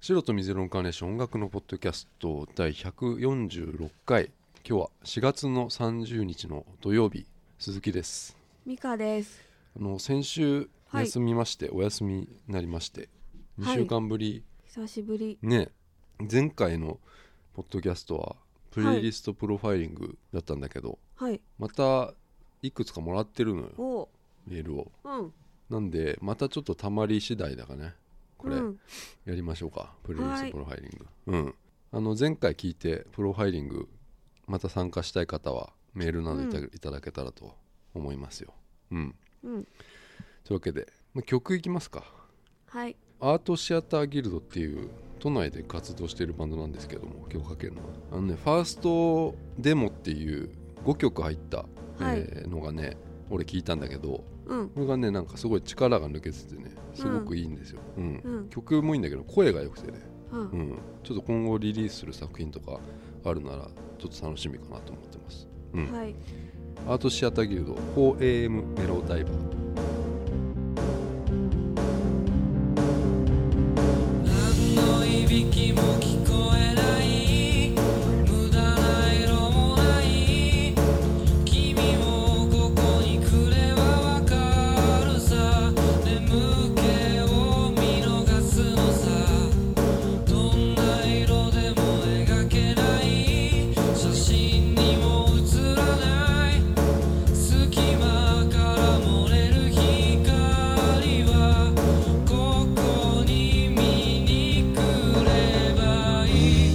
白と水色のカーネーション音楽のポッドキャスト第146回今日は4月の30日の土曜日鈴木ですミカです。あの先週はい休みまして、お休みになりまして2はい週間ぶり、久しぶり。ね前回のポッドキャストはプレイリストプロファイリングだったんだけど、はい。またいくつかもらってるのよおう。メールをうん。なんでまたちょっとたまり次第だからねこれ、うん、やりましょうかプレイリスはトいプロファイリング、うんあの前回聞いてプロファイリングまた参加したい方はメールなどいた,、うんいただけたらと思いますようんうん。というわけで、まあ曲いきますかはい。アートシアターギルドっていう都内で活動しているバンドなんですけども今日かけるのはあのねファーストデモっていう5曲入った、はいえーのがね俺聞いたんだけどうん。これがねなんかすごい力が抜けててねすごくいいんですよ、うんうん。曲もいいんだけど声が良くてねう。うんん、ちょっと今後リリースする作品とかあるならちょっと楽しみかなと思ってます、うんはい。アートシアターギルド 4AM メロダイバー何のいびきも聞こえない無駄な色もない君もここに来ればわかるさ眠気を見逃すのさどんな色でも描けない写真にも写らない隙間から漏れる光はここに見に来ればいい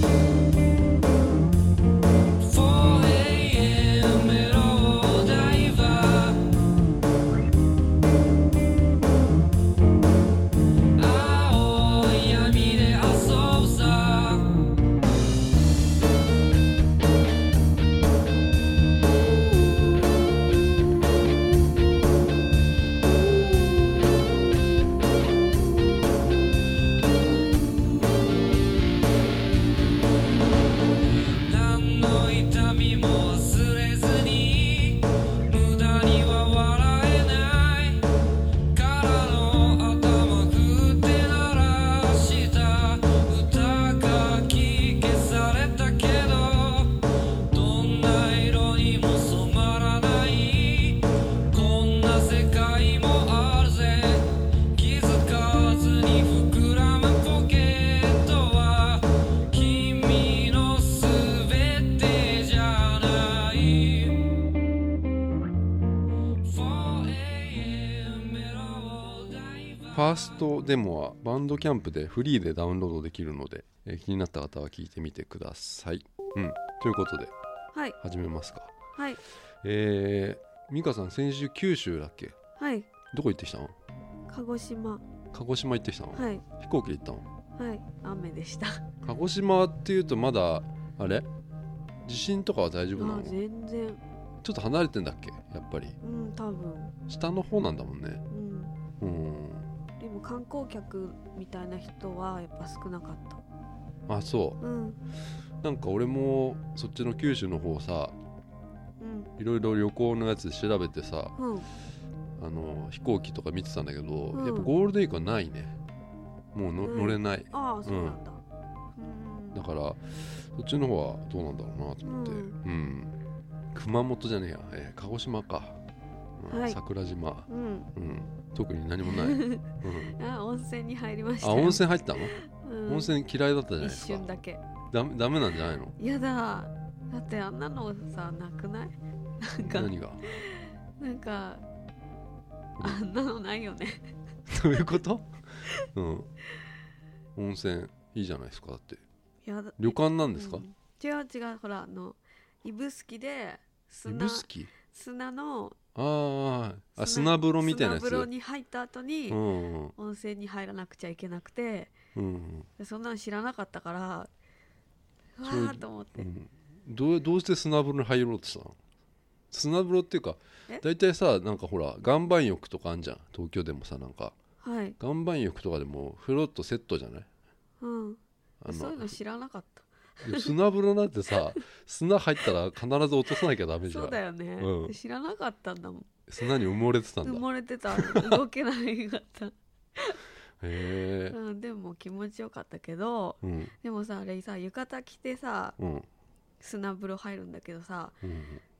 4AM メロダイバー青い闇で遊ぶさ何の痛みも忘れずに無駄には笑えないからの頭振って鳴らした歌が聞けされたけどどんな色にも染まらないこんな世界もあるぜ気づかずに膨らむポケットは君のすべてじゃない 4AM メロダイバーファーストデモはバンドキャンプでフリーでダウンロードできるので、えー気になった方は聞いてみてください、うん、ということではい。始めますかはい。えー、美香さん先週九州だっけはい。どこ行ってきたの鹿児島。鹿児島行ってきたの、はい。飛行機で行ったのはい。雨でした。あ鹿児島っていうとまだあれ地震とかは大丈夫なのー全然。ちょっと離れてんだっけやっぱりうん、多分。下の方なんだもんねうん。うんでも観光客みたいな人はやっぱ少なかった。あそうん。うなんか俺もそっちの九州の方さうん。いろいろ旅行のやつ調べてさうん。あの飛行機とか見てたんだけど、うんやっぱゴールデンウィークはないねもうの、うん乗れないああ、そうなんだ。うん。だからそっちの方はどうなんだろうなと思ってう、うん熊本じゃねえや、えー鹿児島か、うんはい桜島、うん。うん、特に何も ない、うん、あ、温泉に入りましたあよ。温泉入ったの、うん。温泉嫌いだったじゃないで一すか瞬だけ。ダメダメなんじゃないのやだだってあんなのさなくないなんか何がなんかうんあんなのないよね どういうことうん温泉いいじゃないですかだってやだ旅館なんですか、うん違う違うほらあの指宿で砂指宿砂のあーあ砂風呂みたいなやつ砂風呂に入った後に、うんうん温泉に入らなくちゃいけなくてうんでそんなの知らなかったからうわそういうーと思っうて、んどうどうして砂風呂に入ろうとしたの砂風呂っていうかえ大体さなんかほら岩盤浴とかあんじゃん東京でもさなんかはい、岩盤浴とかでも風呂とセットじゃないうん、あそういうのの知らなかったいや砂風呂なんてさ砂入ったら必ず落とさなきゃダメじゃそうんだよね、うん知らなかったんだもん砂に埋もれてたんだ埋もれてた動けないかったへへえうん、でも気持ちよかったけどうんでもさあれさ浴衣着てさうん砂風呂入るんだけどさう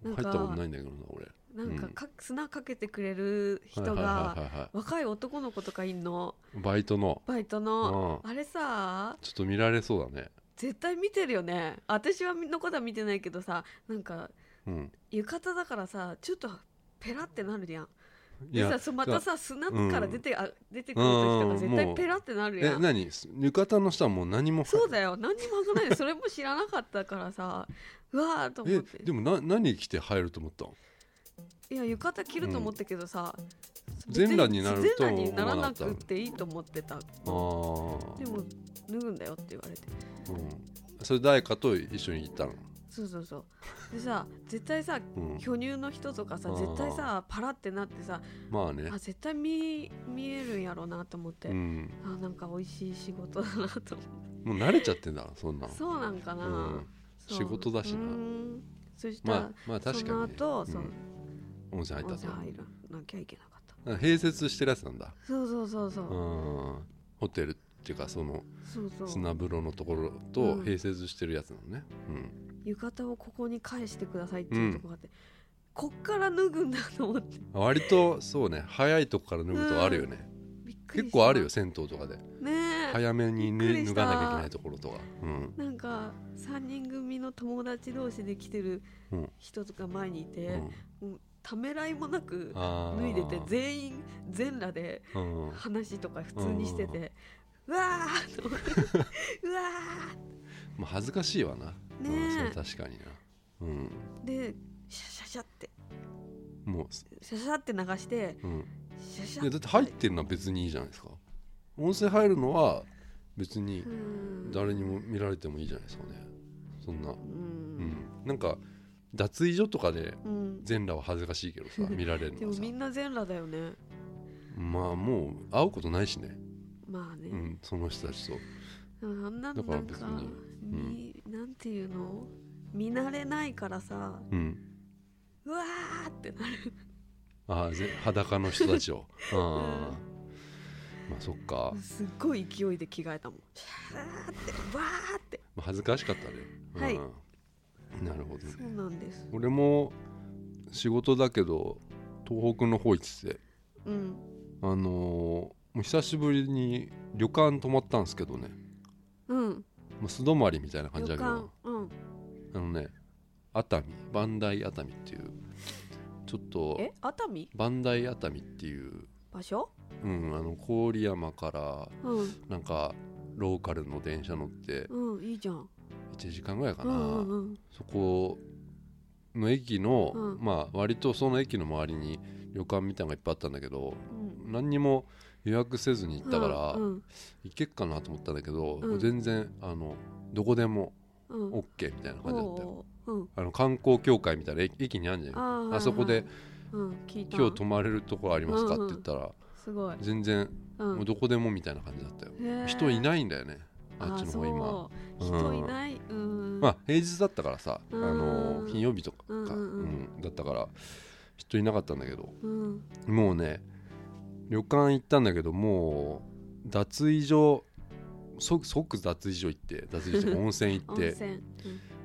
なんん入かったことないんだけどな俺なんかうんか砂かけてくれる人はいがはいはいは若い男の子とかいんのいバイトのバイトのうあれさちょっと見られそうだね絶対見てるよね私はみんなことは見てないけどさなんかうん浴衣だからさちょっとペラってなるやんいでやさそまたさ砂から出て,、あ出てくるうん時とか絶も対うペラってなるやえん何浴衣の下はもう何もそうだよ何にも開かないでそれも知らなかったからさうわーと思えってでもな何着て入ると思ったのいや浴衣着ると思ったけどさ、ん別全裸になるとは全裸思になわらなかなったくていいと思ってたあーでも脱ぐんだよって言われてうんそれ誰かと一緒に行ったのそうそうそうでさ絶対さうん巨乳の人とかさあー絶対さパラってなってさまあねあ絶対見見えるんやろうなと思って、うんあなんか美味しい仕事だなとも思っう慣れちゃってんだそんなてのそうなんかな、うんそう仕事だしなうーんそしたら、まあまあ確かにねその後そううん温泉入温ったと泉入らなきゃいけなかった併設してるやつなんだそうそうそうそう、うんホテルっていうかそのそうそう砂風呂のところうとん併設してるやつなのねうん浴衣をここに返してくださいっていうとこがあって、こっから脱ぐんだと思って割とそうね早いとこから脱ぐとあるよねびっくりした結構あるよ銭湯とかでねえ早めにびっくねり脱しがたなきゃいけないところとかうんなんか3人組の友達同士で来てるうん人とか前にいて、うんもうためらいもなくあー脱いでて全員全裸でうん話とか普通にしてて、うわーと思って うわまあ恥ずかしいわなうんねえそれ確かになうんーでシャシャシャってもシャシャって流してううんシャシいャやだって入ってるのは別にいいじゃないですか温泉入るのは別にうん誰にも見られてもいいじゃないですかねそんなう、うんんなんか脱衣所とかでうん、全裸は恥ずかしいけど さ見られるでのはもさみんな全裸だよねまあもう会うことないしねまあね、うんその人たちとでもあんなのだからなん別かにみなんていうの見慣れないからさうんうわーってなるああぜ裸の人たち をああまあそっか、すっごい勢いで着替えたもんシャーってわーってまあ、恥ずかしかったね、うんはいなるほどねそうなんです俺も仕事だけど東北の方行っててうんあのーもう久しぶりに旅館泊まったんですけどねうんもう素泊まりみたいな感旅じだけ館どうんあのね熱海磐梯熱海っていうちょっとえ熱海磐梯熱海っていう、場所うん、あの郡山からうんなんかローカルの電車乗ってうんいいじゃん1時間ぐらいかうな、んうんうんそこの駅の、うんまあ割とその駅の周りに旅館みたいなのがいっぱいあったんだけどうん何にも予約せずに行ったから、うん行けっかなと思ったんだけど、うん全然あのどこでもうんうん OK みたいな感じだったよおーうんあの観光協会みたいな駅駅にあるんじゃないあーあそこではいはいうん聞いた今日泊まれるとこありますかって言ったら、すごい全然うもうんどこでもみたいな感じだったよ、へー人いないんだよねあっちの方今あそう人うんいないうんまあ平日だったからさ、うんあの金曜日とかか、うんうんうんうんだったから人いなかったんだけどうんもうね旅館行ったんだけどもう脱衣所即即脱衣所行って脱衣所 とか温泉行っ温て泉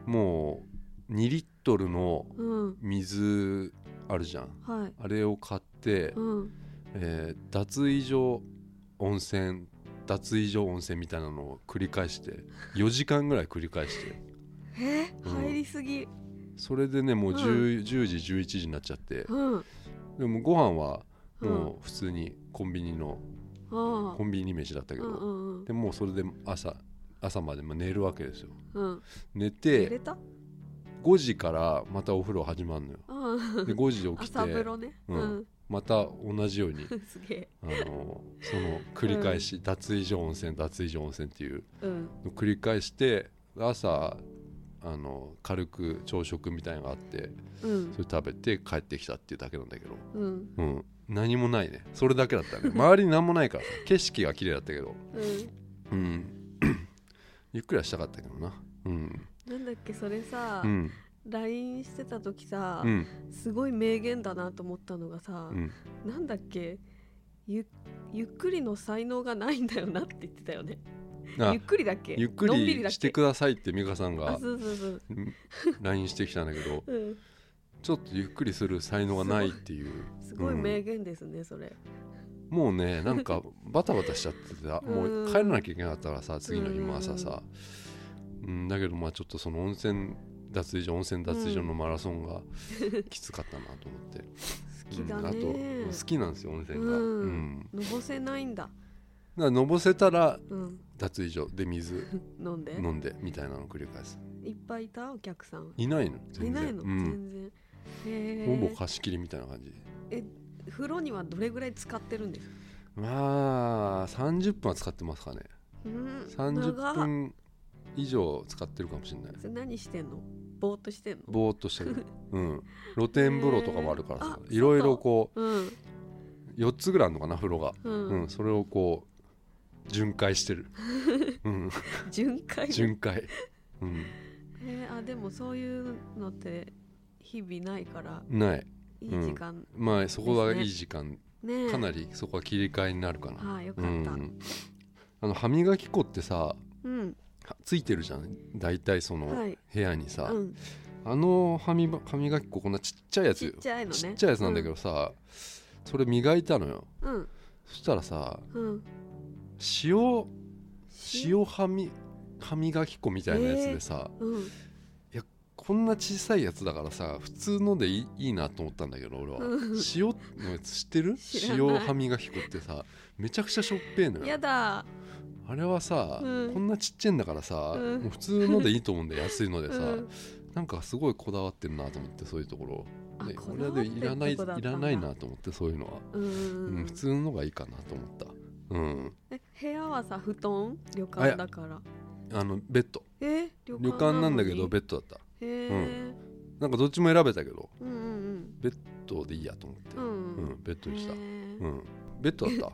もう2リットルのうんうん水あるじゃんはいあれを買って、うんえー脱衣所温泉脱衣所温泉みたいなのを繰り返して4時間ぐらい繰り返してえうん入りすぎそれでねもう 10,、う10時11時になっちゃってうんうんでもご飯はもう普通にコンビニのあコンビニ飯だったけうんうどんうんでもうそれで朝朝までもう寝るわけですようん寝入れてた5時からまたお風呂始まるのようんで5時起き朝風て呂ねううんんまた同じように すげえあのその繰り返し、脱衣所温泉脱衣所温泉っていううんのを繰り返して朝あの軽く朝食みたいなのがあってうんそれ食べて帰ってきたっていうだけなんだけど、うんうん、何もないねそれだけだったね周りに何もないからさ 景色が綺麗だったけど、ううんん、 ゆっくりはしたかったけどなうんなんだっけそれさうん LINE してた時さうんすごい名言だなと思ったのがさうんなんだっけゆゆっくりの才能がないんだよなって言ってたよねあゆっくりだっけゆっくのんびりりだっしてけくださいって美香さんあがそうそうそううん LINE してきたんだけどうんちょっとゆっくりする才能がないっていうすごいうん名言ですね、それもうねなんかバタバタしちゃって たもう帰らなきゃいけなかったからさ次の日も朝さうんだけどまあちょっとその温泉脱衣所温泉脱衣所のマラソン がきつかったなと思って好きだうん、あね、と好きなんですよ温泉が、ううんんのぼせないんだ、だからのぼせたらうん、脱衣所で水飲んで飲んでみたいなのを繰り返すいっぱいいたお客さんいないのい全然ないの、うん、全然へほーぼ貸し切りみたいな感じ風呂にはどれぐらい使ってるんですか、まあ30分は使ってますかねうん、 30長っ分以上使ってるかもしれないそれ何してんのぼーっとしてんのぼーっとして る、うん、露天風呂とかもあるからさへーあいろいろこうんう4つぐらいあるのかな風呂が、う、うんんそれをこう巡回して る、うん、巡回だ巡回、うん、えー、あでもそういうのって日々ないからないいい時間、まあそこがですねいい時間、ねえかなりそこは切り替えになるかな、はいよかうった、うんん、あの歯磨き粉ってさうんはついてるじゃん大体そのはい部屋にさ、あの歯みば歯磨き粉こんなちっちゃいやつちっちゃいのねちっちゃいやつなんだけどさ、それ磨いたのようんそしたらさうん塩塩歯み歯磨き粉みたいなやつでさ、うんこんな小さいやつだからさ普通のでいいいいなと思ったんだけど俺は、うん塩のやつ知ってる知らない塩歯磨き粉ってさめちゃくちゃしょっぺーのやよだあれはさ、うんこんなちっちゃいんだからさ、うんもう普通のでいいと思うんだよ安いのでさ、うんなんかすごいこだわってるなと思ってそういうところあねこ俺だはわってでるいらないいとこだったんだらないなと思ってそういうのは、うんうんううんん普通のがいいかなと思ったうんえ部屋はさ布団旅館だからあのベッドえ旅館旅館なんだけどベッッドだったへえ、なんかどっちも選べたけどうん、うんベッドでいいやと思ってうんううん、んうんベッドにしたへえうんベッドだっ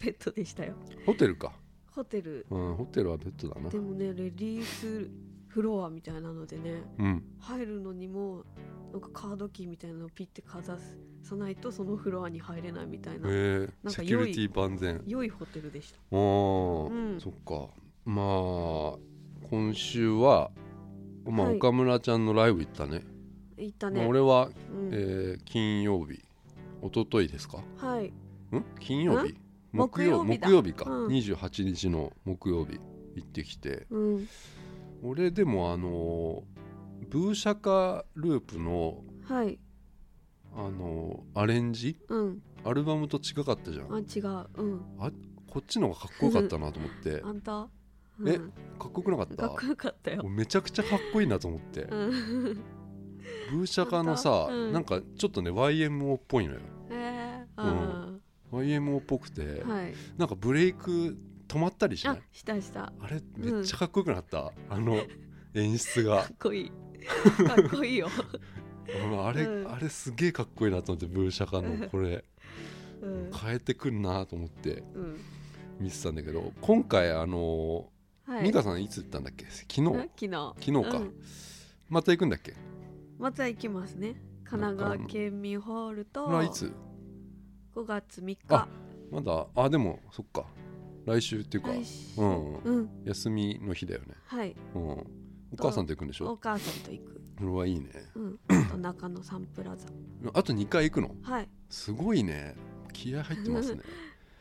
ベッドでしたよたホテルかホテルうんホテルはベッドだなでもねレディースフロアみたいなのでねうん入るのにもなんかカードキーみたいなのをピッてかざすさないとそのフロアに入れないみたいへな、えなんかセ良いキュリティ万全良いホテルでしたあー、うんそっかまあ今週はまあ、はい岡村ちゃんのライブ行ったね行ったまね、あ、俺はうんえー金曜日一昨日ですかんはい金曜日木曜木曜日だ木曜日か、うん28日の木曜日行ってきてうん俺でもあのーブーシャカループの、はいあのーアレンジうんアルバムと違かったじゃあん違ううんこっちの方がかっこよかったなと思ってかあっんた、うん、えこよくなかったかっこよかったよもうめちゃくちゃかっこいいなと思って、うんブーシャカのさ、本当うんなんかちょっとね YMO っぽいのよえー、んあ YMO っぽくて、ーはいなんかブレイク止まったりしなあいしたしたあれめっちゃかっこよくなった、あの演出が かっこい いかっこいいよ、うんあれ、うんあれすげえかっこいいなと思ってブーシャカのこれうん変えてくるなと思ってうん見てたんだけど今回あのはい、美香、さんいつ行ったんだっけ昨日ん昨日昨日か、うんまた行くんだっけまた行きますね神奈川県民ホールとこれはいつ5月3日あまだあでもそっか来週っていうか来週うんうん休みの日だよね、はいうん、お母さんと行くんでしおょ母さんと行くそれはいいね うんあと中野サンプラザあと2回行くのはいすごいね気合入ってますね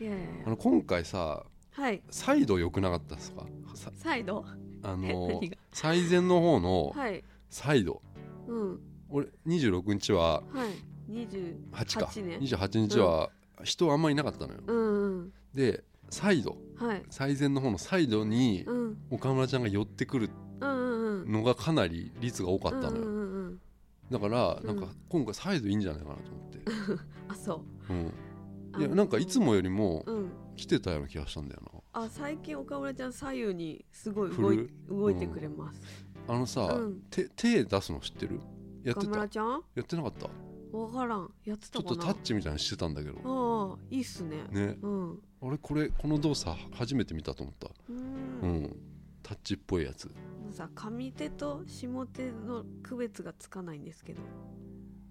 いやいやいあやの今回さはいサイド良くなかったですかさサイドあの 何が最善の方のはいサイドうん俺26日ははい28 8かね28日は人あんまりいなかったのよ、うんうんでサイドはい最善の方のサイドにうんうん岡村ちゃんが寄ってくるうんうんのがかなり率が多かうっんたのよ、うんうんだからうんなんか今回サイドいいんじゃないかなと思って、あそううんあいやなんかいつもよりもうん来てたような気がしたんだよあ最近岡村ちゃん左右にすごい動い動いてくれますなあのさ、うん手手出すの知ってるやって岡た村やちゃんってなかったわからんやってちたょっかとなタッチみたいにしてたんだけどああいいっすねねうんう俺これこの動作初めて見たと思ったーんうん、タッチっぽいやつさ上手と下手の区別がつかないんですけど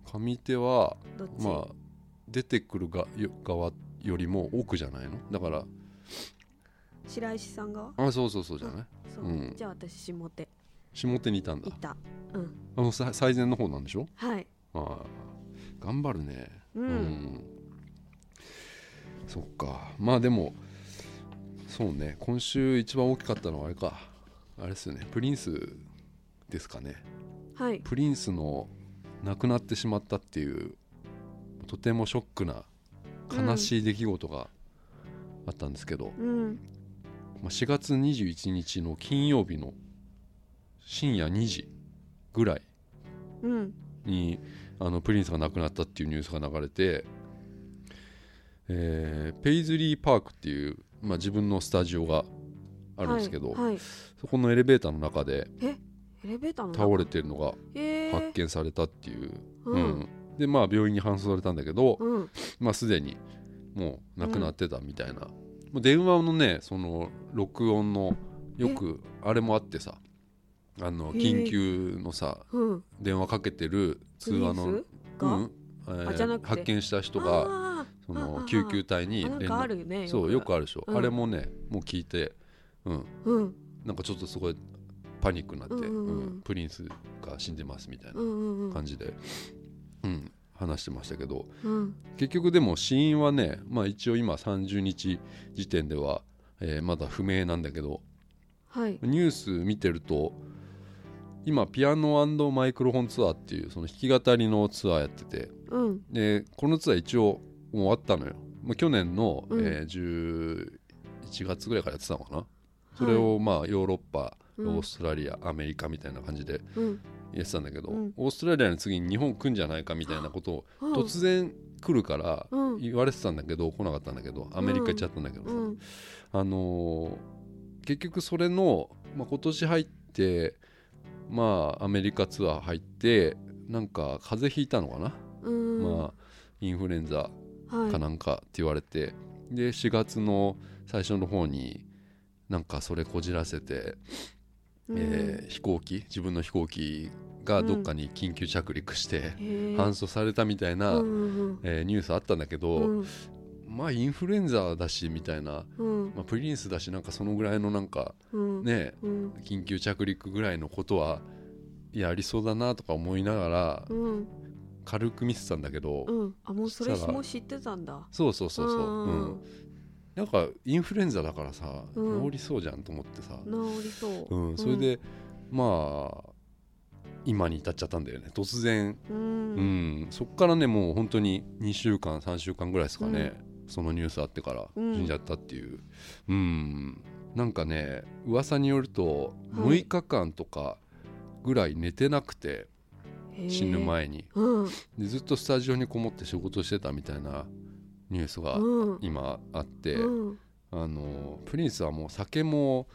上手はどっち、まあ出てくるがよ側よりも奥じゃないのだから白石さんがあそうそうそうじゃないそう、うんじゃあ私下手下手にいたんだいたうんあのさ最善の方なんでしょはいああ頑張るねうんそっかまあでもそうね今週一番大きかったのはあれかあれですよねプリンスですかねはいプリンスの亡くなってしまったっていうとてもショックな悲しい出来事があったんですけど、うんまあ4月21日の金曜日の深夜2時ぐらいうんにあのプリンスが亡くなったっていうニュースが流れて、えーペイズリーパークっていう、まあ、自分のスタジオがあるんですけど、はい、はい、そこのエレベーターの中でエレベーターの中倒れてるのがえー、発見されたっていう、ううんんでまあ病院に搬送されたんだけど、うんまあ、すでにもう亡くなってたみたいな、もう電話のねその録音のよくあれもあってさあのへー緊急のさうん電話かけてる通話のプリンスが、うんえーあじゃなくて発見した人があーそああのあ救急隊にあなんかあるよねそうよくああるでしょ、うんあれもねもう聞いて、うん、るうんなんかちょっとすごいパニックになって、うんうんうんうんプリンスが死んでますみたいうんうんな感じで、うん、話してましたけどうん結局でも死因はね、まあ、一応今30日時点では、えーまだ不明なんだけどはいニュース見てると今ピアノマイクロフォンツアーっていうその弾き語りのツアーやっててうんでこのツアー一応もう終わったのよ、まあ、去年の、うんえー11月ぐらいからやってたのかなそれをまあヨーロッパ、うんオーストラリアアメリカみたいな感じでうんやってたんだけど、うんオーストラリアの次に日本来んじゃないかみたいな ことをうん突然来るからうん言われてたんだけど来なかったんだけどアメリカ行っちゃったんだけどさ、うんあのー結局それの、まあ、今年入ってまあアメリカツアー入ってなんか風邪ひいたのかな、うんまあインフルエンザあはいかなんかって言われて、で4月の最初の方になんかそれこじらせて、うんえー飛行機自分の飛行機がどっかに緊急着陸してへー搬送されたみたいな、うんうんえーニュースあったんだけど、うんまあインフルエンザだしみたいな、うんまあ、プリンスだしなんかそのぐらいのなんかうんねうん緊急着陸ぐらいのことはやりそうだなとか思いながらうん軽く見てたんだけど、うんあもうそれしたらもう知ってたんだそうそうそうそう、んうんなんかインフルエンザだからさ、うん治りそうじゃんと思ってさ、治りそううんそれで、まあ今に至っちゃったんだよね突然、ううんんそっからねもう本当に2週間3週間ぐらいですかね、そのニュースあってからうん死んじゃったっていううん、なんかね噂によるとはい6日間とかぐらい寝てなくて、へー死ぬ前にうんでずっとスタジオにこもって仕事してたみたいなニュースがうん今あって、うんあのプリンスはもう酒も、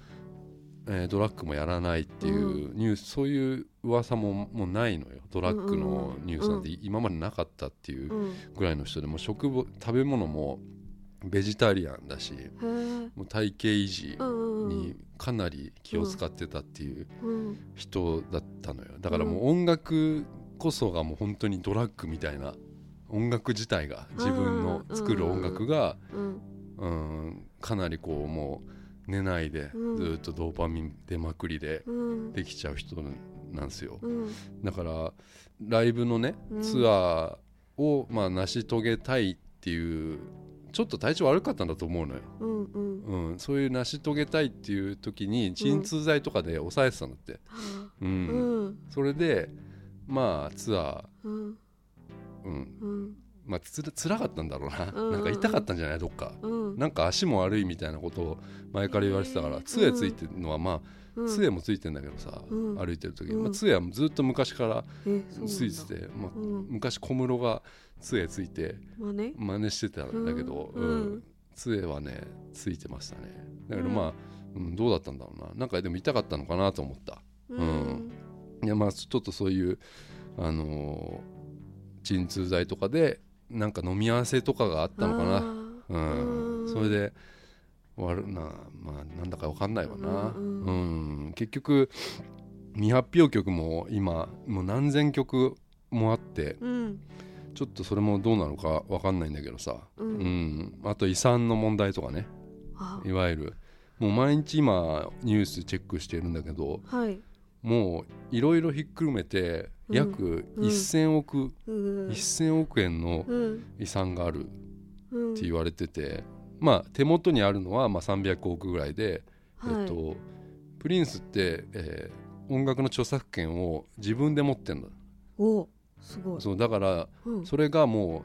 えードラッグもやらないっていうニュース、そういう噂ももうないのよドラッグのニュースなんて今までなかったっていううんぐらいの人でもう食物食べ物もベジタリアンだしへーもう体型維持うんうんにかなり気を使ってたっていううん人だったのよだからもう音楽こそがもう本当にドラッグみたいな音楽自体が自分の作る音楽がうんうんかなりこうもう寝ないでうんずっとドーパミン出まくりでうんできちゃう人なんですようんだからライブのねうんツアーをまあ成し遂げたいっていうちょっと体調悪かったんだと思うのよ、うんうんうん、そういう成し遂げたいっていう時に鎮痛剤とかで抑えてたんだって、はうあうんんそれでまあツアうんーうんうんまあつら辛かったんだろうな、うんなんか痛かったんじゃないどっかうんなんか足も悪いみたいなことを前から言われてたから、えー杖ついてるのはまあ、うん杖もついてんだけどさ、うん歩いてる時、うんまあ、杖はずっと昔からえそうなんだついてて、まあ、うん昔小室が杖ついてまあね真似してたんだけど、ううんんうん杖はねついてましたねだからまあ、うんどうだったんだろうななんかでも痛かったのかなと思ったうんいやまあちょっとそういうあのー鎮痛剤とかでなんか飲み合わせとかがあったのかなうあーん、それで悪なまあなんだかわかんないわな、ううんんう結局未発表曲も今もう何千曲もあってうんちょっとそれもどうなのかわかんないんだけどさ、ううんん、あと遺産の問題とかねあいわゆるもう毎日今ニュースチェックしてるんだけどはいもういろいろひっくるめて約うん1,000億、うん1,000億円のうん遺産があるっうんて言われてて、まあ手元にあるのはまあ300億ぐらいで、はいえっと、プリンスって、えー音楽の著作権を自分で持ってんだおすごいそうだからうんそれがもう、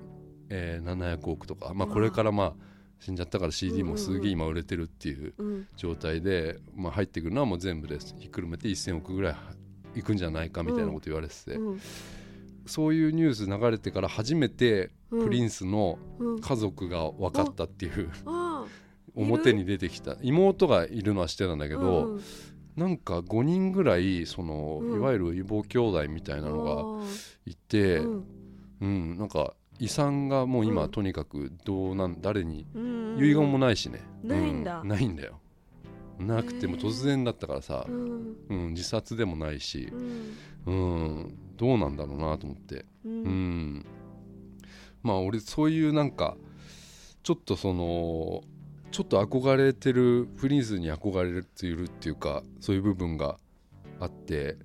えー700億とか、まあ、うわこれからまあ死んじゃったから CD うんうんうもんすげえ今売れてるっていううん状態で、まあ、入ってくるのはもう全部ですひっくるめて1,000億ぐらいいくんじゃないかみたいなこと言われてて、うんそういうニュース流れてから初めてうんプリンスのうん家族が分かったっていう、あうん表に出てきた妹がいるのは知ってたんだけけど、なんか5人ぐらいその、うんいわゆる異母兄弟みたいなのがいて、ううんんなんか遺産がもう今、うんとにかくどうなん誰にうん遺言もないしね、ないんだうないんだよなくてもへえ突然だったからさう、んうん自殺でもないしう、んうん、どうなんだろうなと思って、ううんんまあ俺そういうなんかちょっとそのちょっと憧れてるプリンスに憧れているっていうかそういう部分があって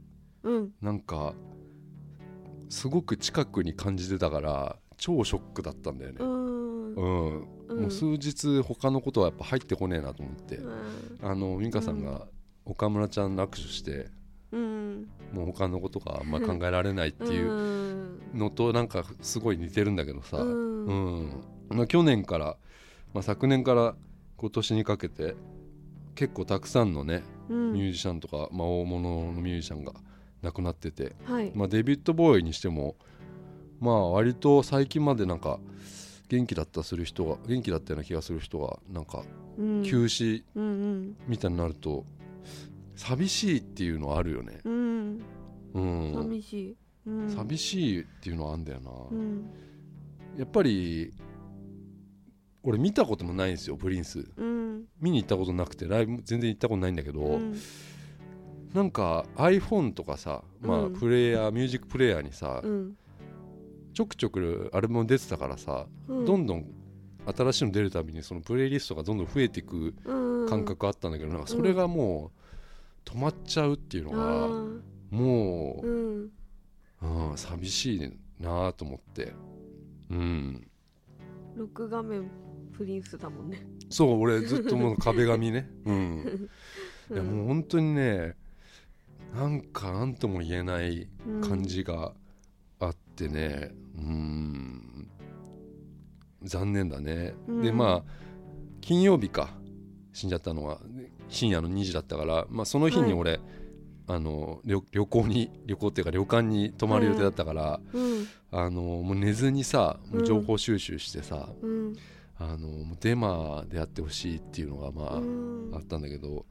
うんなんかすごく近くに感じてたから超ショックだったんだよねう。んうんうんもう数日他のことはやっぱ入ってこねえなと思って、うんあの美香さんが岡村ちゃん握手して、うんもう他のことがあんま考えられないっていううんのとなんかすごい似てるんだけどさ、ううんんまあ、去年から、まあ、昨年から今年にかけて結構たくさんのねうんミュージシャンとか、まあ、大物のミュージシャンが亡くなってて、はいまあ、デビッド・ボーイにしてもまあ割と最近までなんか元気だったする人が元気だったような気がする人がなんかうん休止うんみたいになると寂しいっていうのはあるよね、うんうんうん、寂しいうん寂しいっていうのはあんだよな、うんやっぱり俺見たこともないんですよプリンスうん見に行ったことなくてライブ全然行ったことないんだけど、うんなんか iPhone とかさ、まあ、うんプレイヤーミュージックプレイヤーにさ、うんちょくちょくアルバム出てたからさ、うんどんどん新しいの出るたびにそのプレイリストがどんどん増えていくうん感覚あったんだけど、なんかそれがもう止まっちゃうっていうのあが、ーもう、うんうん、寂しいなと思ってうんロック画面プリンスだもんねそう俺ずっともう壁紙 ねうんいやうんもう本当にねなんか何とも言えない感じがあってねうん残念だね、うんでまあ金曜日か死んじゃったのは深夜の2時だったから、まあ、その日に俺、あの旅旅行に旅行っていうか旅館に泊まる予定だったから、うんあのもう寝ずにさもううん情報収集してさ、うんあのもうデマでやってほしいっていうのがまあ、うんあったんだけど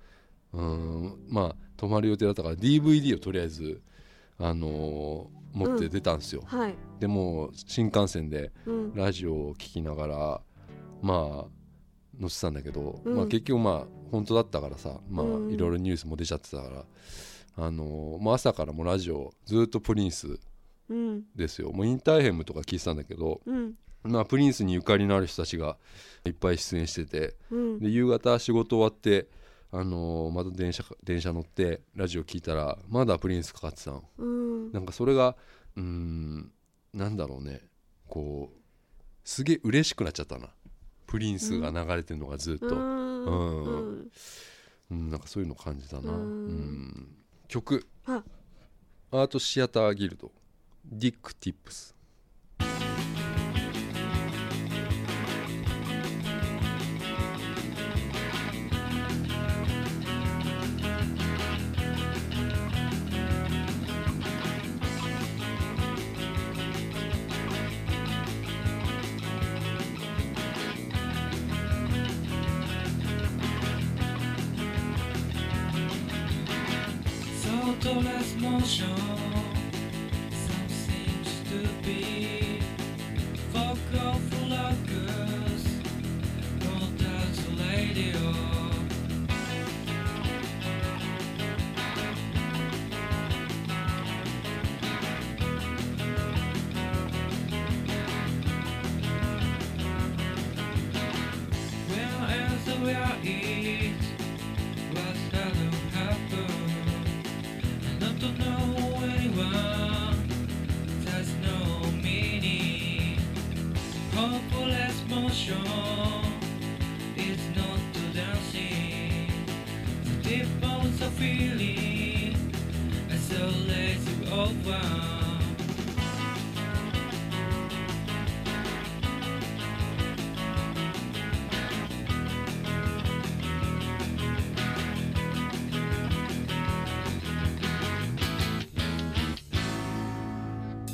うんまあ泊まる予定だったから DVD をとりあえず、あのー持って出たんですよ、はいでもう新幹線でうんラジオを聴きながらまあ載せたんだけど、うんまあ、結局まあ本当だったからさまあうんいろいろニュースも出ちゃってたから、あのーもう朝からもうラジオずっとプリンスうんですよもうインターヘムとか聞いてたんだけど、うんまあ、プリンスにゆかりのある人たちがいっぱい出演しててうんで夕方仕事終わって、あのーまた電車か電車乗ってラジオ聞いたらまだプリンスかかってたのうんなんかそれがうーんなんだろうねこうすげえ嬉しくなっちゃったなプリンスが流れてるのがずっと、ううんんうんなんかそういうの感じたな、ううんん曲あアートシアターギルドディック・ティップス「Thoughtless motion Some seems to be Cock of locus Not as a lady of don't know anyone. There's no meaning. Hopeless motion is not to dancing. The deep bones are feeling. I so lazy over.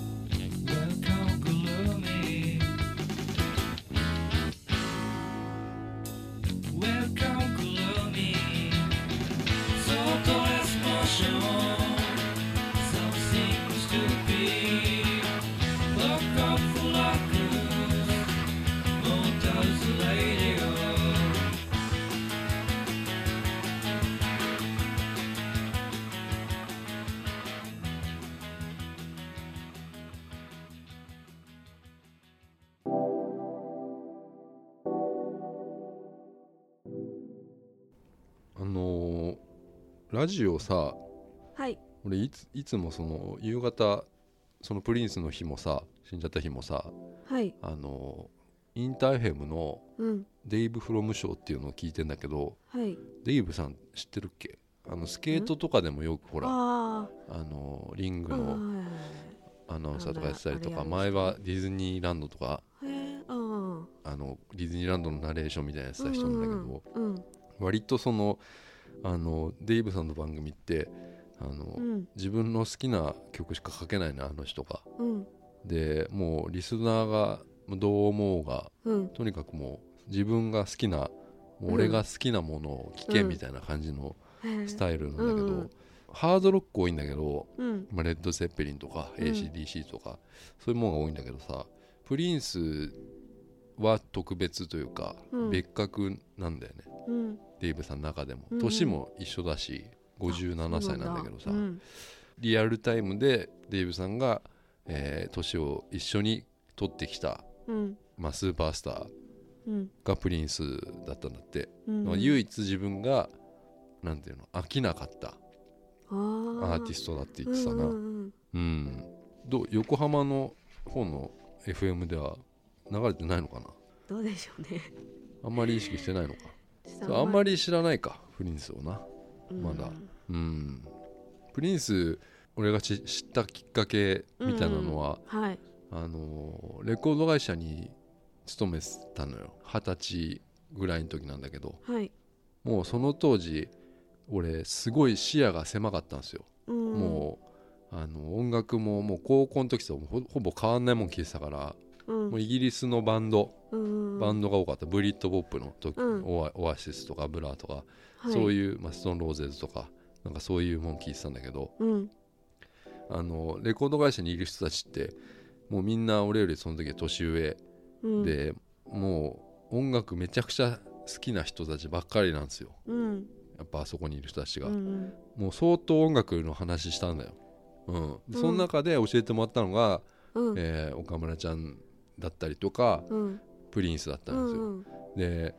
Welcome, gloomy. Welcome, gloomy. Soulless motion. Something stupid. Welcome, flockus. Montage radio. あのーラジオさはい俺いついつもその夕方そのプリンスの日もさ死んじゃった日もさはいあのーインターフェムのうんデイブ・フロムショーっていうのを聞いてんだけどはいデイブさん知ってるっけあのスケートとかでもよくほらああのーリンあグはいのはいはいアナウンサーとかやってたりとあかの前はディズニーランドとかへえうんあのディズニーランドのナレーションみたいなやつた人なんだけど、うんうん割とそのあのデイブさんの番組ってあの、うん自分の好きな曲しか書けないなあの人がうんでもうリスナーがどう思おうがうんとにかくもう自分が好きなもう俺が好きなものを聴けうんみたいな感じのへえスタイルなんだけど、うんハードロック多いんだけど、うんまあ、レッド・ゼッペリンとかうん ACDC とか、そういうものが多いんだけどさプリンスは特別というか、うん別格なんだよねうんデイブさんの中でも、うんうん年も一緒だし57歳なんだけどさ、うんリアルタイムでデイブさんが、えー年を一緒に取ってきた、うんまあ、スーパースターうんがプリンスだったんだって、うん唯一自分がなんていうの飽きなかったアアーーティストだってト言ってたな、ううんんうんどう横浜の方の FM では流れてないのかなどうでしょうねあんまり意識してないのかちょっそうとあんまり知らないかプリンスをなまだうんうんプリンス俺がち知ったきっかけみたいなのは、はいあのレコード会社に勤めてたのよ二十歳ぐらいの時なんだけどはいもうその当時俺すごい視野が狭かったんですよ、もうあの音楽ももう高校の時とほほぼ変わんないもん聴いてたから、うんもうイギリスのバンドうんバンドが多かった、ブリッド・ボップの時、うんオアオアシスとかブラーとか、そういういう、まあ、ストーン・ローゼズとかなんかそういうもん聴いてたんだけどうんあのレコード会社にいる人たちってもうみんな俺よりその時年上うんで、もう音楽めちゃくちゃ好きな人たちばっかりなんですようんやっぱあそこにいる人たちが、うんもう相当音楽の話したんだよ、うん、でうんその中で教えてもらったのが、うんえー岡村ちゃんだったりとかうんプリンスだったんですよ、うんで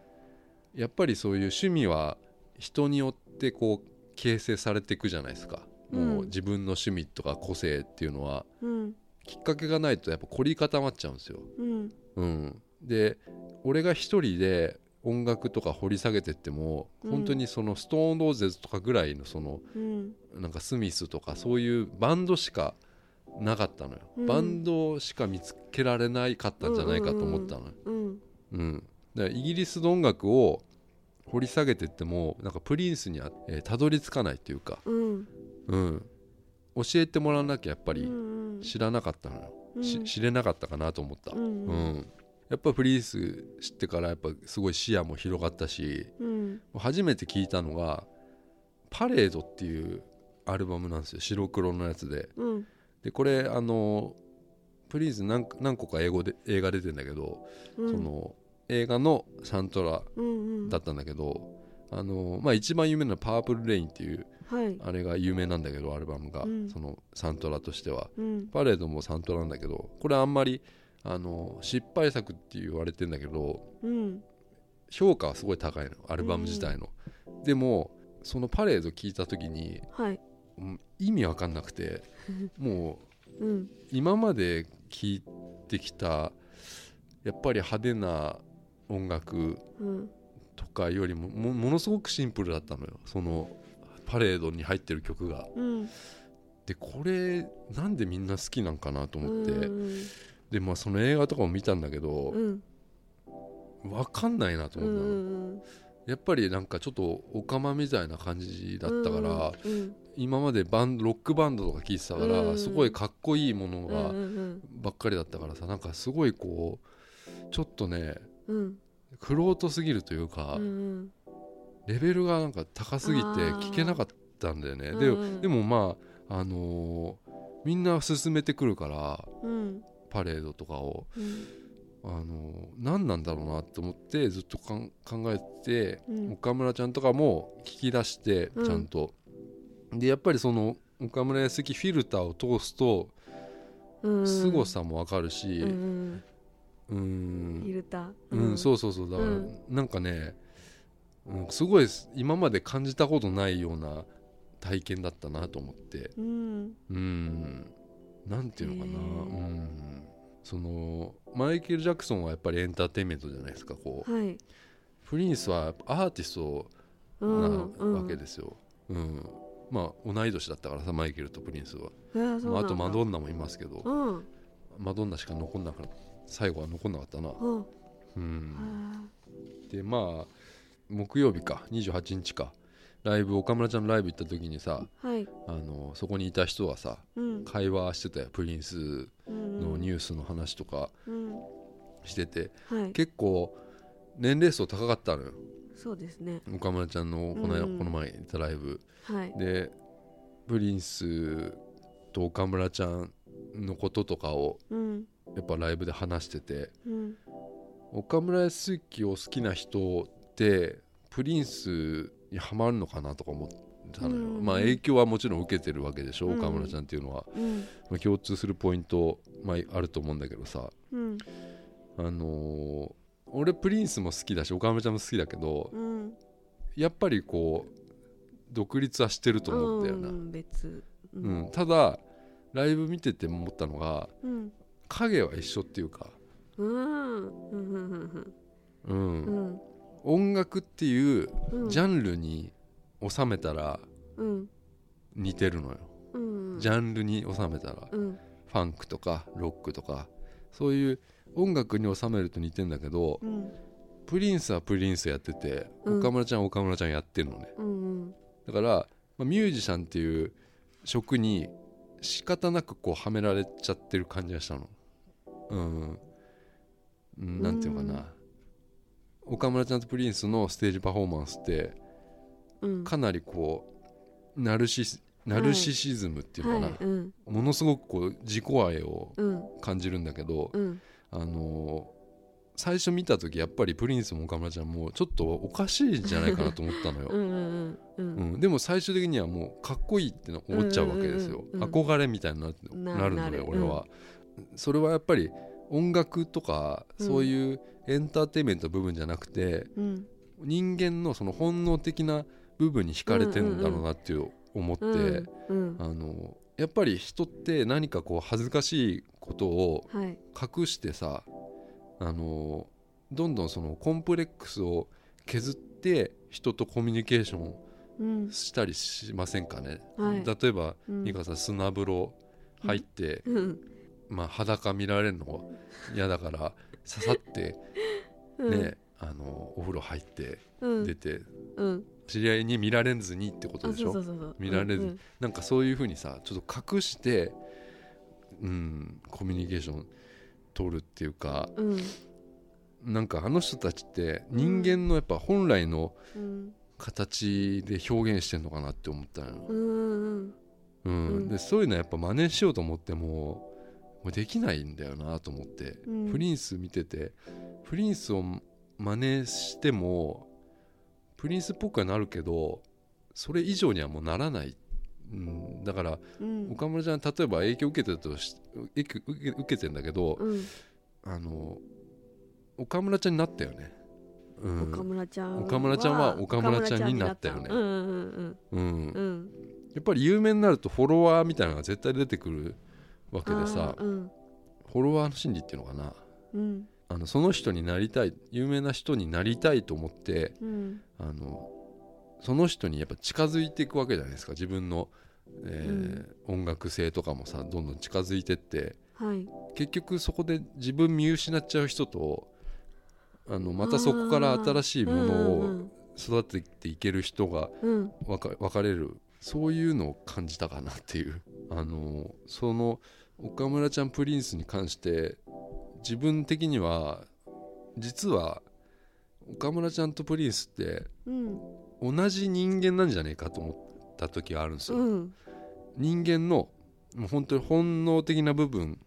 やっぱりそういう趣味は人によってこう形成されていくじゃないですか、もううん自分の趣味とか個性っていうのはうんきっかけがないとやっぱ凝り固まっちゃうんですよ、うんうん、で俺が一人で音楽とか掘り下げてってもうん本当にそのストーンローゼズとかぐらいのそのうんなんかスミスとかそういうバンドしかなかったのよ、うんバンドしか見つけられないかったんじゃないかと思ったのよ、うんうん、だからイギリスの音楽を掘り下げてってもなんかプリンスにはえーたど、り着かないっていうか、うんうん、教えてもらわなきゃやっぱりうん知らなかったのよ、し知れなかったかなと思った、ううんやっぱプリンス知ってからやっぱすごい視野も広がったしうん初めて聞いたのが「パレード」っていうアルバムなんですよ白黒のやつでうんでこれあのプリンス何何個か英語で映画出てんだけど、うんその映画のサントラうんうんだったんだけど、あのまあ、一番有名なのは「パープル・レイン」っていうはいあれが有名なんだけどアルバムが、うんそのサントラとしてはうんパレードもサントラなんだけどこれあんまりあの失敗作って言われてんだけどうん評価はすごい高いのアルバム自体の、でもそのパレード聞いた時にはいうん意味わかんなく てもううん今まで聴いてきたやっぱり派手な音楽うんとかよりももものすごくシンプルだったのよそのパレードに入ってる曲が。うんでこれなんでみんな好きなんかなと思って、うんでまあその映画とかも見たんだけどう、んわかんないなとうんう思ったの、んやっぱりなんかちょっとオカマみたいな感じだったから、うん今までバンロックバンドとか聴いてたから、うんすごいかっこいいものうんうがんばっかりだったからさなんかすごいこうちょっとねうんくろうとすぎるというか、うんレベルがなんか高すぎてあー聴けなかったんだよね、うんうんででもまああのーみんな進めてくるからうんパレードとかを、うんあのー何なんだろうなと思ってずっとかん考えてて、うん岡村ちゃんとかも聞き出してうんちゃんと、でやっぱりその岡村康之フィルターを通すとうん凄さもわかるし、うんうーうんフィんルターうんそうそうそうだから、うんなんかね、うん、すごい今まで感じたことないような体験だったなと思ってうんうんなんていうのかな、へーうんそのマイケル・ジャクソンはやっぱりエンターテインメントじゃないですかこう、はいプリンスはアーティストうなわけすですよ、うんまあ同い年だったからさマイケルとプリンスは、まあ、ああとマドンンナもいますけどうんうんマドンナしか残んなかった最後は残んなかったな、うんうん、でまあ木曜日か28日かライブ岡村ちゃんのライブ行った時にさはいあのそこにいた人はさうん会話してたよプリンスのニューュースの話とかうんしててはい結構年齢層高かったのよそうですね岡村ちゃんのこの,、うんこの前行ったライブ、はいでプリンスと岡村ちゃんのこととかをうんやっぱライブで話しててうん岡村康之を好きな人ってプリンスにハマるのかなとか思ったのよ、うんまあ影響はもちろん受けてるわけでしょ、うん岡村ちゃんっていうのは、うんまあ共通するポイント、まあ、あると思うんだけどさうんあのー俺プリンスも好きだし岡村ちゃんも好きだけどうんやっぱりこう独立はしてると思うんだよな、うん別ううんただライブ見てて思ったのがうん影は一緒っていうか、うんうんうんうんうん音楽っていううんジャンルに収めたらうん似てるのよ、うんジャンルに収めたら、フうんァンクとかロックとかそういう音楽に収めると似てんだけど、うんプリンスはプリンスやってて、うん岡村ちゃんは岡村ちゃんやってるのねうんだから、まあミュージシャンっていう職に仕方なくこうはめられちゃってる感じがしたのうん、うん、なんていうのかな、岡村ちゃんとプリンスのステージパフォーマンスってうんかなりこうナルシスナルシシズムっていうのかな、はいうんものすごくこう自己愛をうん感じるんだけど、うんあのー最初見た時やっぱりプリンスも岡村ちゃんもちょっとおかしいんじゃないかなと思ったのよ、 うんうんううんん、でも最終的にはもうかっこいいっての思っちゃうわけですよ、うんうんうんうん憧れみたいになななるなのるよ俺は、それはやっぱり音楽とかうんそういうエンターテインメントの部分じゃなくてうん人間のその本能的な部分に惹かれてんだろうなっていう思って、うんうんあのやっぱり人って何かこう恥ずかしいことをはい隠してさあのどんどんそのコンプレックスを削って人とコミュニケーションうんしたりしませんかね、はい例えばうん美香さん砂風呂入って、うんまあ、裸見られるの嫌だからささってうんね、あのお風呂入ってうん出て、うん知り合いに見られずにってこあそとうでしそょうそうそう見られうずんなんかそういうふうにさちょっと隠して、うん、コミュニケーション取るっていうかうんなんかあの人たちって人間のやっぱ本来のうん形で表現してんのかなって思ったのよ。うんうんうんでそういうのやっぱ真似しようと思ってももうできないんだよなと思って、うんプリンス見ててプリンスを真似してもプリンスっぽくはなるけどそれ以上にはもうならない、うん、だからうん岡村ちゃん例えば影響受けてるとし影響受け受けてんだけど、うんあの岡村ちゃんになったよね。う岡ん村ちゃん岡村ちゃんは岡村ちゃんになったよね岡村ちゃんになったうんうんうんうんやっぱり有名になるとフォロワーみたいなのが絶対出てくるわけでさあーうんフォロワーの心理っていうのかなうんあのその人になりたい有名な人になりたいと思ってうんあのその人にやっぱ近づいていくわけじゃないですか自分の、えー音楽性とかもさどんどん近づいてってはい結局そこで自分見失っちゃう人とあのまたそこから新しいものをうん育てていける人がうんうん分か分かれるそういうのを感じたかなっていう あのその岡村ちゃんプリンスに関して自分的には実は岡村ちゃんとプリンスってうん同じ人間なんじゃねえかと思った時があるんですよ。うん人間のもう本当に本能的な部分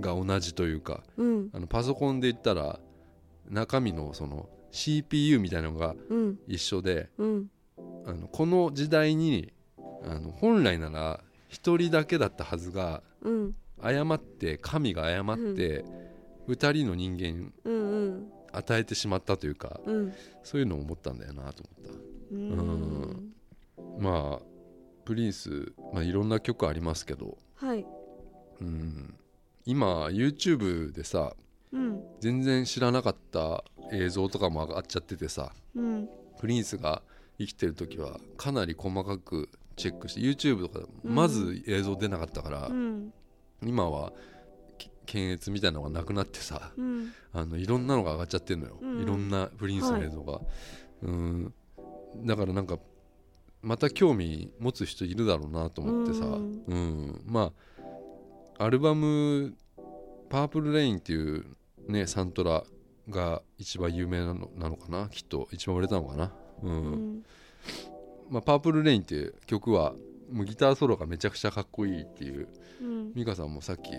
が同じというかうんあのパソコンで言ったら中身のその CPU みたいなのがうん一緒でうんあのこの時代にあの本来なら一人だけだったはずがうん誤って神が誤って二人の人間にうんうん与えてしまったというかうんそういうのを思ったんだよなと思っうんうんたまあプリンス、まあ、いろんな曲ありますけど、はいうん、今 YouTube でさうん全然知らなかった映像とかも上がっちゃっててさうんプリンスが生きてる時はかなり細かくチェックして YouTube とかまず映像出なかったから、うん今はけ検閲みたいなのがなくなってさうんあのいろんなのが上がっちゃってんのよ、うんいろんなプリンスの映像が、うんだからなんかまた興味持つ人いるだろうなと思ってさ、ううんんまあアルバム「パープルレインっていうねサントラが一番有名なのなのかなきっと一番売れたのかな、うんうんまあ、パープルレインっていう曲はもうギターソロがめちゃくちゃかっこいいっていううん美香さんもさっき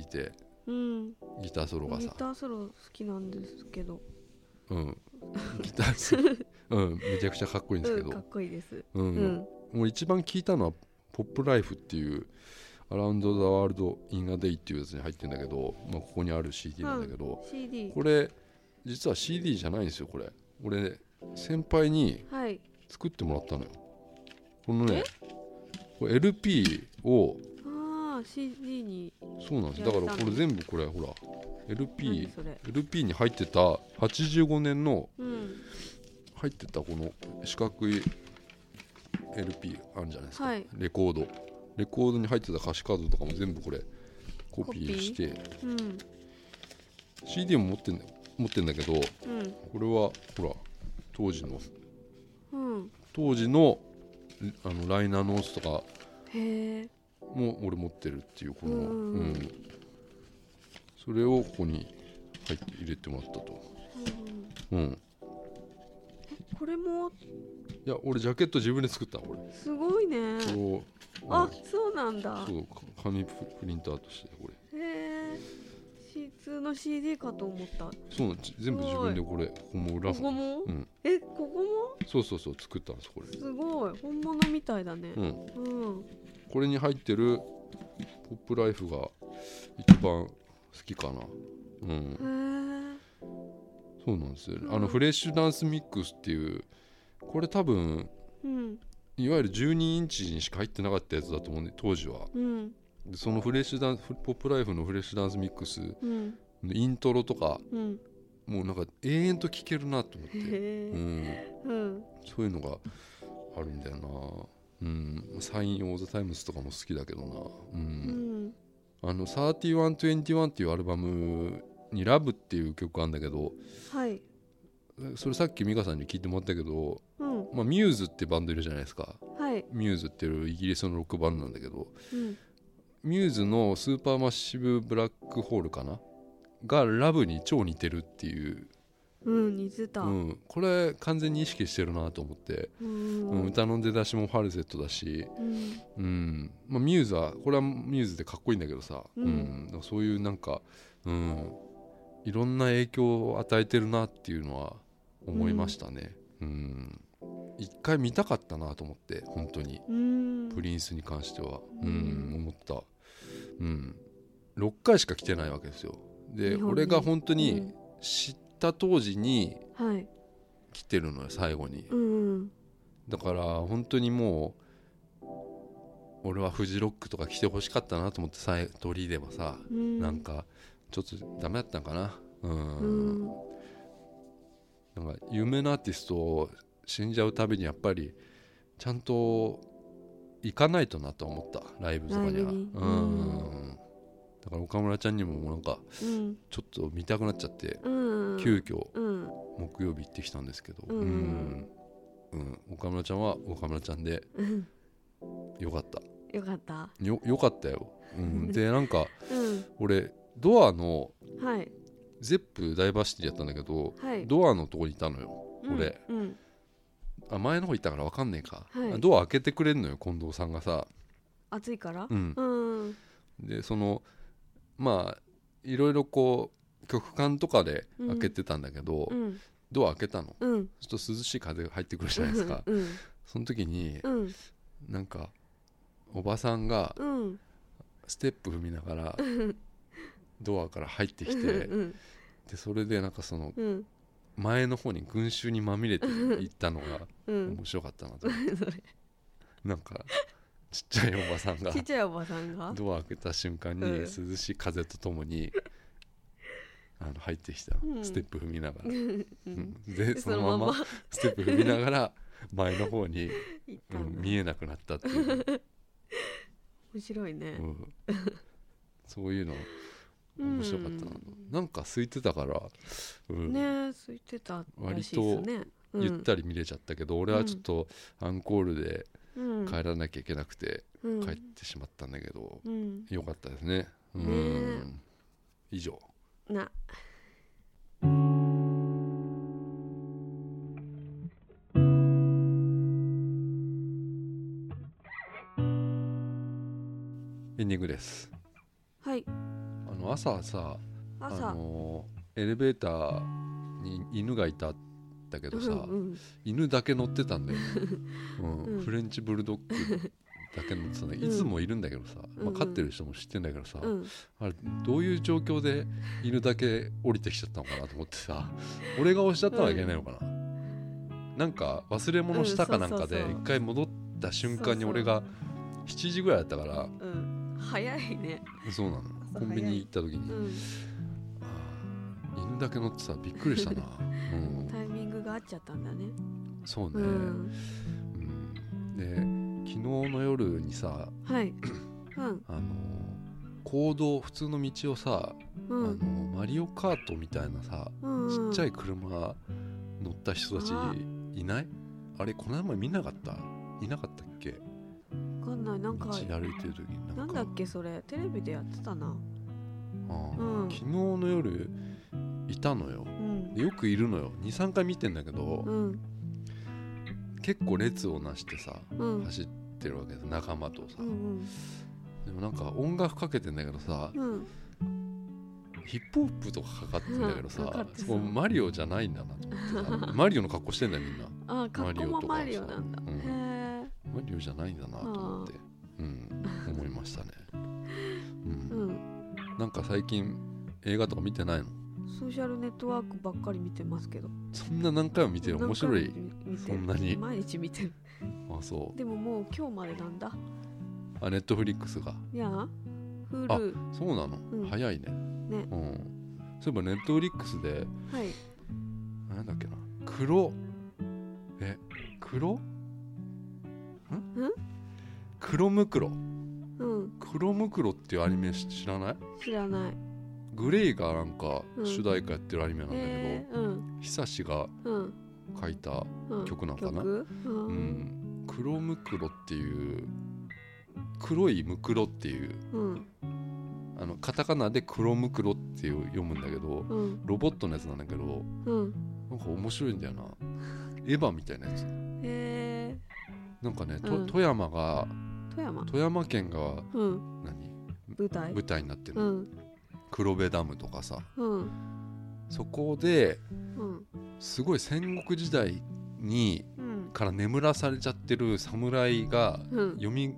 聞いてうんギターソロがギさターソロ好きなんですけどうん、ギターソロ、うん、めちゃくちゃかっこいいんですけうん、かどっ、こいいですうんうんもう一番聴いたのは「ポップライフっていう「アラウンド・ザ・ワールド・イン・ア・デイ」っていうやつに入ってるんだけど、まあ、ここにある CD なんだけど、 CD これ実は CD じゃないんですよこれ俺ね先輩にはい作ってもらったのよこのねこれ LP をああ CD にそうなんですだからこれ全部これほら LP 何それ LP に入ってた85年のうん入ってたこの四角い LP あるじゃないですか、はいレコードレコードに入ってた歌詞カードとかも全部これコピーしてうん、 CD も持ってんだ持ってんだけどこれはほら当時のうん、うん、当時のあのライナーノースとかへえ、も俺持ってるっていうこの、うんうんそれをここに入って入れてもらったと、うん、うん、これもいや俺ジャケット自分で作ったこれすごいね。これを、うんあ、そうなんだ。そうか紙ププリンターとしてこれへえ、し普通の CD かと思った。そうなんです全部自分でこれここも裏ここも、うん、え、ここもそうそうそう作ったんですこれ、すごい本物みたいだね。うん、うん、これに入ってる「ポップライフが一番好きかなうんへえ、そうなんですようんあのフレッシュダンスミックスっていうこれ多分うん、いわゆる12インチにしか入ってなかったやつだと思うんで当時はうん、でそのフレッシュダンスポップライフのフレッシュダンスミックスうん、のイントロとかうん、もうなんか永遠と聴けるなと思っへ て、うえ、ん、うん、そういうのがあるんだよな。うん、サイン・オー・ザ・タイムズとかも好きだけどな。う、うんん、あの、3121っていうアルバムに「ラブっていう曲あるんだけど、はい、それさっき美香さんに聞いてもらったけど、うん、まあ、ミューズってバンドいるじゃないですか。はい、ミューズっていうイギリスのロックバンドなんだけど、うん、ミューズのスーパーマッシブ・ブラックホールかながラブに超似てるっていう、うん、似てた。ううん、ん、これ完全に意識してるなと思って、うん、うん、歌の出だしもファルセットだし、うん、うんまあ、ミューズはこれはミューズでかっこいいんだけどさ、うんだからそういうなんか、うん、いろんな影響を与えてるなっていうのは思いましたね。うん一回見たかったなと思って本当にうん、プリンスに関しては、ううんん思った、うん、6回しか来てないわけですよで日本に俺が本当に知った当時にはい、来てるのよ最後にうん、だから本当にもう俺はフジロックとか来てほしかったなと思ってさえ取り入ればさ、うんなんかちょっとダメだったのかなうん、うんなんか有名なアーティストを死んじゃうたびにやっぱりちゃんと行かないとなと思ったライブとかにラはイブにうんだから岡村ちゃんにももうなんかうんちょっと見たくなっちゃってうん急遽うん木曜日行ってきたんですけどうんうんうん岡村ちゃんは岡村ちゃんでうんよかったよかったよよかったよ、うん、でなんかう俺ドアのんはいゼップダイバーシティやったんだけど、はいドアのとこにいたのようん俺うんあ前の方行ったから分かんねえか、はいドア開けてくれんのよ近藤さんがさ、暑いからうんうんでそのまあいろいろこう曲間とかで開けてたんだけど、うんドア開けたのうんちょっと涼しい風が入ってくるじゃないですかうんその時にうんなんかおばさんがうんステップ踏みながらんドアから入ってうきんてうんでそれでなんかそのうん前の方に群衆にまみれていったのがうん面白かったなと思ってそれなんかちっちゃいおばさんがちっちゃいおばさんがドア開けた瞬間にうん涼しい風とともにあの入ってきたうんステップ踏みながら、ううんんででそのままそのステップ踏みながら前の方に、行ったうんんだ見えなくなったっていう、面白いね うんそういうの面白かったな、なんか空いてたから、うんねえ空いてたらしいですねゆったり見れちゃったけど俺はちょっとアンコールでうん帰らなきゃいけなくてうん帰ってしまったんだけど、うんよかったですねうん、ね以上なエンディングですはいあの朝さあ朝のエレベーターに犬がいたんだけどさ、うん犬だけ乗ってたんだ よね、うんうんフレンチブルドッグだけ乗ってたねいつもいるんだけどさ、うんまうあ、ん飼ってる人も知ってんだけどさ、うんあれどういう状況で犬だけ降りてきちゃったのかなと思ってさ俺が押しちゃったらいけないのかな、なんか忘れ物したかなんかでうんそうそうそう一回戻った瞬間にそうそう俺が7時ぐらいだったからうん早いねそうなの朝コンビニ行った時うに、んああ犬だけ乗ってさびっくり したな、うん、タイミングが合っちゃったんだねそうね、ううんんで昨日の夜にさはいうんあの行動普通の道をさ、うあんのマリオカートみたいなさ、うんちっちゃいい車乗った人たちいないあれこの前見なかったいなかったっけわかんないな道んか歩いてる時にななんんかだっけそれテレビでやってたなああうん昨日の夜いたのようんでよくいるのよ23回見てんだけどう、ん結構列をなしてさうん走ってるわけで仲間とさ、うんでもなんか音楽かけてんだけどさ、うんヒップホップとかかかってんだけどうんかかさってそそうこマリオじゃないんだなと思ってさマリオの格好してんだよみんなあ格好もマリオなんだマリオとかさへえマリオじゃないんだなと思って、うん、思いま したね、うんうんなんか最近映画とか見てないのソーシャルネットワークばっかり見てますけどそんな何回も見てる面白い何回も見てそるんなに毎日見てる あそうでももう今日までなんだあネットフリックスがいやああ Hulu そうなの、うん早いねねうん、そういえばネットフリックスではいなんだっけな黒え黒ん黒ムクロうん黒ムクロっていうアニメし知らない知らないグレイがなんかうん主題歌やってるアニメなんだけど、へえうん久志がうん書いたうん曲なのかな曲うんうん、黒ムクロっていう黒いムクロっていううんあのカタカナで黒ムクロっていう読むんだけどうんロボットのやつなんだけどうんなんか面白いんだよなエヴァみたいなやつへえなんかね、とうん富山が富山富山県がうん何舞台舞台になってるうの、ん黒部ダムとかさうんそこでうんすごい戦国時代にうんから眠らされちゃってる侍がうん読み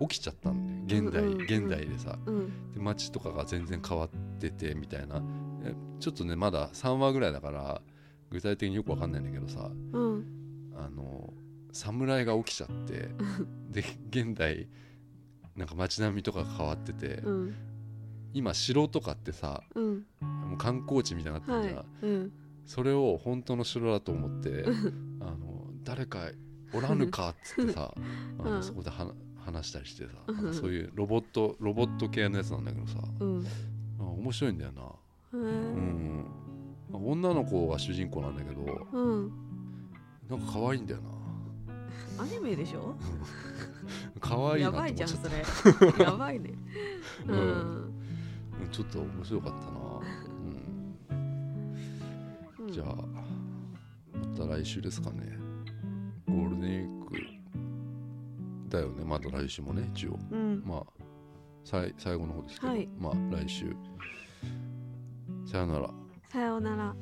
起きちゃったんだよ現代、うんうんうん現代でさうんで街とかが全然変わっててみたいなえちょっとねまだ3話ぐらいだから具体的によくわかんないんだけどさうんあの侍が起きちゃってで現代なんか街並みとか変わってて、うん今城とかってさうんもう観光地みたいになってはるじゃん、いうんそれを本当の城だと思ってあの誰かおらぬかっつってさあうのんそこではな話したりしてさうんなんかそういうロボットロボット系のやつなんだけどさうんあ面白いんだよな、へうーん、女の子が主人公なんだけどうんなんか可愛いんだよなアニメでしょ可愛いなやと思ばっいちじゃゃんっそたれやばいねううんんうんちょっと面白かったな、うんうんじゃあまた来週ですかねゴールデンウィークだよねまた来週もね一応うんまあさい最後の方ですけど、はいまあ来週さよならさようなら